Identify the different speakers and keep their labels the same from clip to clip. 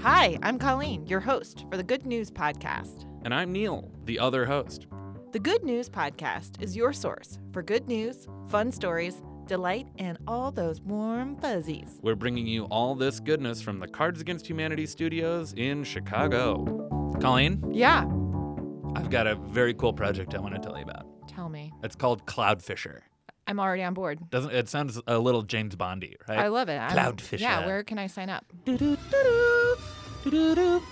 Speaker 1: Hi, I'm Colleen, your host for the Good News Podcast.
Speaker 2: And I'm Neil, the other host.
Speaker 1: The Good News Podcast is your source for good news, fun stories, delight, and all those warm fuzzies.
Speaker 2: We're bringing you all this goodness from the Cards Against Humanity studios in Chicago. Colleen,
Speaker 1: Yeah,
Speaker 2: I've got a very cool project I want to tell you about.
Speaker 1: tell me.
Speaker 2: It's called Cloudfisher.
Speaker 1: I'm already on board.
Speaker 2: Doesn't it sounds a little James Bondy, right?
Speaker 1: I love it. I'm-
Speaker 2: Cloudfisher.
Speaker 1: Yeah, where can I sign up?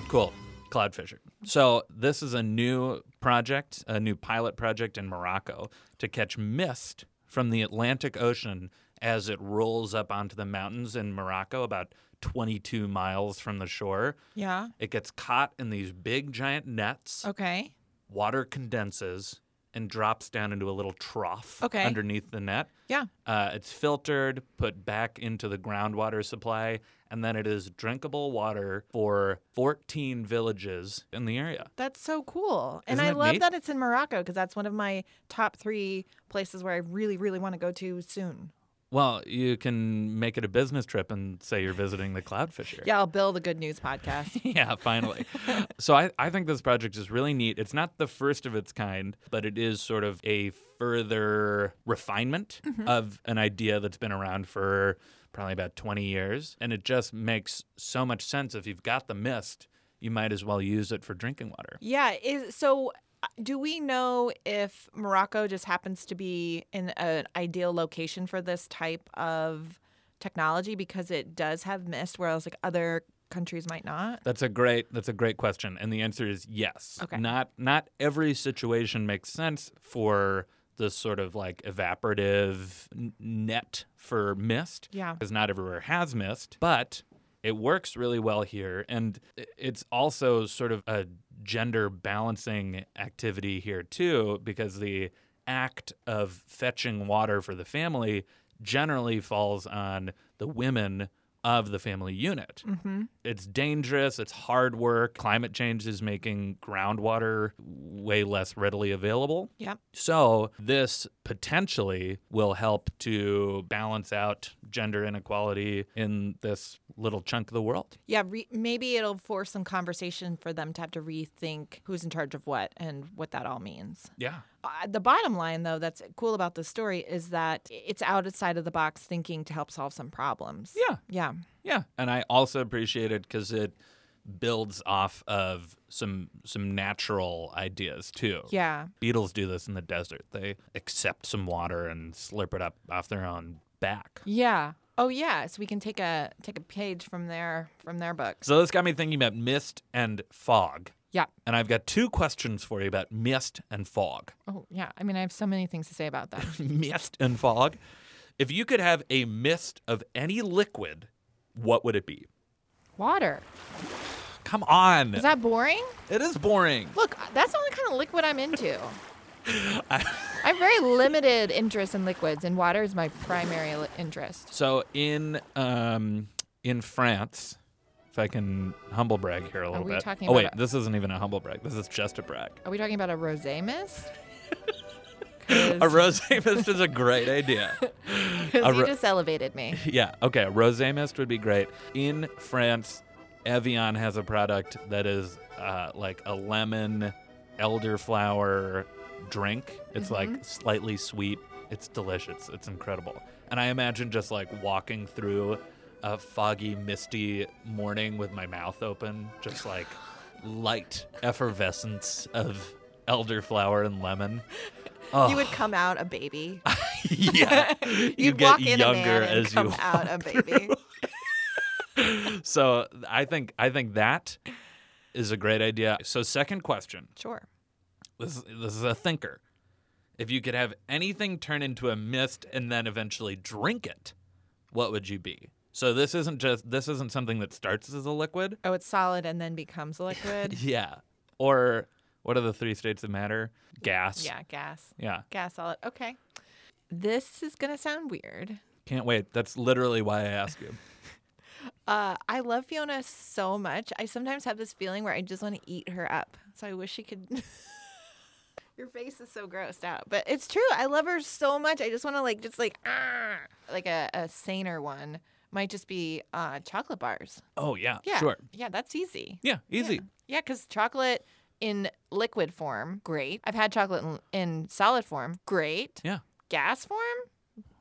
Speaker 2: Cool. Cloudfisher. So this is a new project, a new pilot project in Morocco to catch mist from the Atlantic Ocean as it rolls up onto the mountains in Morocco, about 22 miles from the shore.
Speaker 1: Yeah.
Speaker 2: It gets caught in these big giant nets.
Speaker 1: Okay.
Speaker 2: Water condenses and drops down into a little trough
Speaker 1: Okay.
Speaker 2: underneath the net.
Speaker 1: Yeah.
Speaker 2: Uh, it's filtered, put back into the groundwater supply, and then it is drinkable water for 14 villages in the area.
Speaker 1: That's so cool. And
Speaker 2: Isn't
Speaker 1: I
Speaker 2: it
Speaker 1: love
Speaker 2: neat?
Speaker 1: that it's in Morocco because that's one of my top three places where I really, really want to go to soon.
Speaker 2: Well, you can make it a business trip and say you're visiting the Cloudfisher.
Speaker 1: Yeah, I'll build a good news podcast.
Speaker 2: yeah, finally. so I, I think this project is really neat. It's not the first of its kind, but it is sort of a further refinement of an idea that's been around for probably about 20 years. And it just makes so much sense. If you've got the mist, you might as well use it for drinking water.
Speaker 1: Yeah. Is so. uh, Do we know if Morocco just happens to be in an ideal location for this type of technology because it does have mist, whereas like other countries might not?
Speaker 2: That's a great that's a great question and the answer is yes.
Speaker 1: Okay.
Speaker 2: Not not every situation makes sense for this sort of like evaporative n- net for mist.
Speaker 1: Yeah.
Speaker 2: Because not everywhere has mist, but it works really well here and i- it's also sort of a gender balancing activity here too because the act of fetching water for the family generally falls on the women of the family unit
Speaker 1: Mm-hmm.
Speaker 2: it's dangerous, it's hard work. Climate change is making groundwater way less readily available.
Speaker 1: Yep.
Speaker 2: So, this potentially will help to balance out gender inequality in this little chunk of the world.
Speaker 1: Yeah. Re- maybe it'll force some conversation for them to have to rethink who's in charge of what and what that all means.
Speaker 2: Yeah.
Speaker 1: Uh, the bottom line, though, that's cool about this story is that it's outside of the box thinking to help solve some problems.
Speaker 2: Yeah.
Speaker 1: Yeah.
Speaker 2: Yeah, and I also appreciate it because it builds off of some some natural ideas too.
Speaker 1: Yeah.
Speaker 2: Beetles do this in the desert. They accept some water and slurp it up off their own back.
Speaker 1: Yeah. Oh yeah. So we can take a take a page from their from their books.
Speaker 2: So this got me thinking about mist and fog.
Speaker 1: Yeah.
Speaker 2: And I've got two questions for you about mist and fog.
Speaker 1: Oh yeah. I mean, I have so many things to say about that.
Speaker 2: mist and fog. If you could have a mist of any liquid, what would it be?
Speaker 1: Water.
Speaker 2: Come on.
Speaker 1: Is that boring?
Speaker 2: it is boring.
Speaker 1: Look, that's the only kind of liquid I'm into. I have very limited interest in liquids, and water is my primary li- interest.
Speaker 2: So in um in France, if I can humble brag here a little
Speaker 1: we
Speaker 2: bit.
Speaker 1: talking
Speaker 2: oh
Speaker 1: about
Speaker 2: wait,
Speaker 1: a-
Speaker 2: this isn't even a humble brag. This is just a brag.
Speaker 1: Are we talking about a rosé mist? 'Cause-
Speaker 2: A rose mist is a great idea.
Speaker 1: 'cause
Speaker 2: a
Speaker 1: you
Speaker 2: ro-
Speaker 1: just elevated me.
Speaker 2: Yeah. Okay. a Rose mist would be great. In France, Evian has a product that is uh, like a lemon elderflower drink. It's
Speaker 1: Mm-hmm.
Speaker 2: like slightly sweet. It's delicious. It's incredible. And I imagine just like walking through a foggy, misty morning with my mouth open, just like light effervescence of elderflower and lemon. Oh,
Speaker 1: You would come out a baby.
Speaker 2: yeah. you
Speaker 1: You'd
Speaker 2: get
Speaker 1: walk in
Speaker 2: younger
Speaker 1: a man and
Speaker 2: as
Speaker 1: come
Speaker 2: you
Speaker 1: out a baby.
Speaker 2: So I think I think that is a great idea. So second question.
Speaker 1: Sure.
Speaker 2: This this is a thinker. If you could have anything turn into a mist and then eventually drink it, what would you be? So this isn't just this isn't something that starts as a liquid.
Speaker 1: Oh, it's solid and then becomes liquid.
Speaker 2: Yeah. Or what are the three states that matter? Gas.
Speaker 1: yeah, gas.
Speaker 2: Yeah.
Speaker 1: Gas solid. Okay. This is going to sound weird.
Speaker 2: Can't wait. That's literally why I asked you.
Speaker 1: Uh, I love Fiona so much. I sometimes have this feeling where I just want to eat her up. So I wish she could. Your face is so grossed out, but it's true. I love her so much. I just want to like, just like, ah, like a, a saner one. might just be uh, chocolate bars.
Speaker 2: Oh yeah,
Speaker 1: Yeah.
Speaker 2: sure.
Speaker 1: Yeah, that's easy.
Speaker 2: Yeah, easy.
Speaker 1: Yeah, because chocolate in liquid form, great. I've had chocolate in, in solid form, great.
Speaker 2: Yeah.
Speaker 1: Gas form,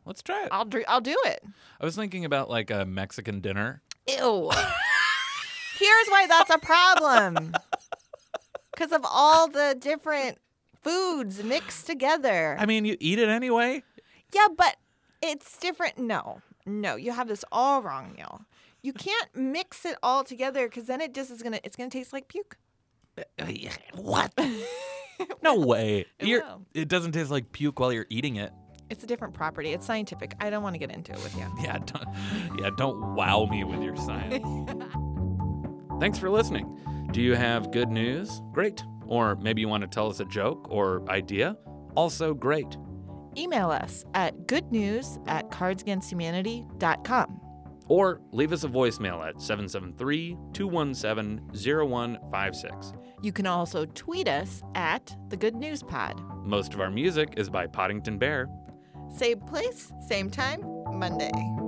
Speaker 2: Let's try it.
Speaker 1: I'll do. I'll do it.
Speaker 2: I was thinking about like a Mexican dinner.
Speaker 1: Ew. Here's why that's a problem. Because of all the different foods mixed together.
Speaker 2: I mean, you eat it anyway.
Speaker 1: Yeah, but it's different. No, no, you have this all wrong, Neil. You can't mix it all together because then it just is gonna. It's gonna taste like puke.
Speaker 2: What? no way.
Speaker 1: It
Speaker 2: You're-
Speaker 1: will.
Speaker 2: it doesn't taste like puke while you're eating it.
Speaker 1: It's a different property. It's scientific. I don't want to get into it with you.
Speaker 2: Yeah, don't, yeah, don't wow me with your science. Thanks for listening. Do you have good news? Great. Or maybe you want to tell us a joke or idea? Also great.
Speaker 1: Email us at goodnews at cardsagainsthumanity.com.
Speaker 2: Or leave us a voicemail at 773 217 0156.
Speaker 1: You can also tweet us at the Good News Pod.
Speaker 2: Most of our music is by Poddington Bear.
Speaker 1: Same place, same time, Monday.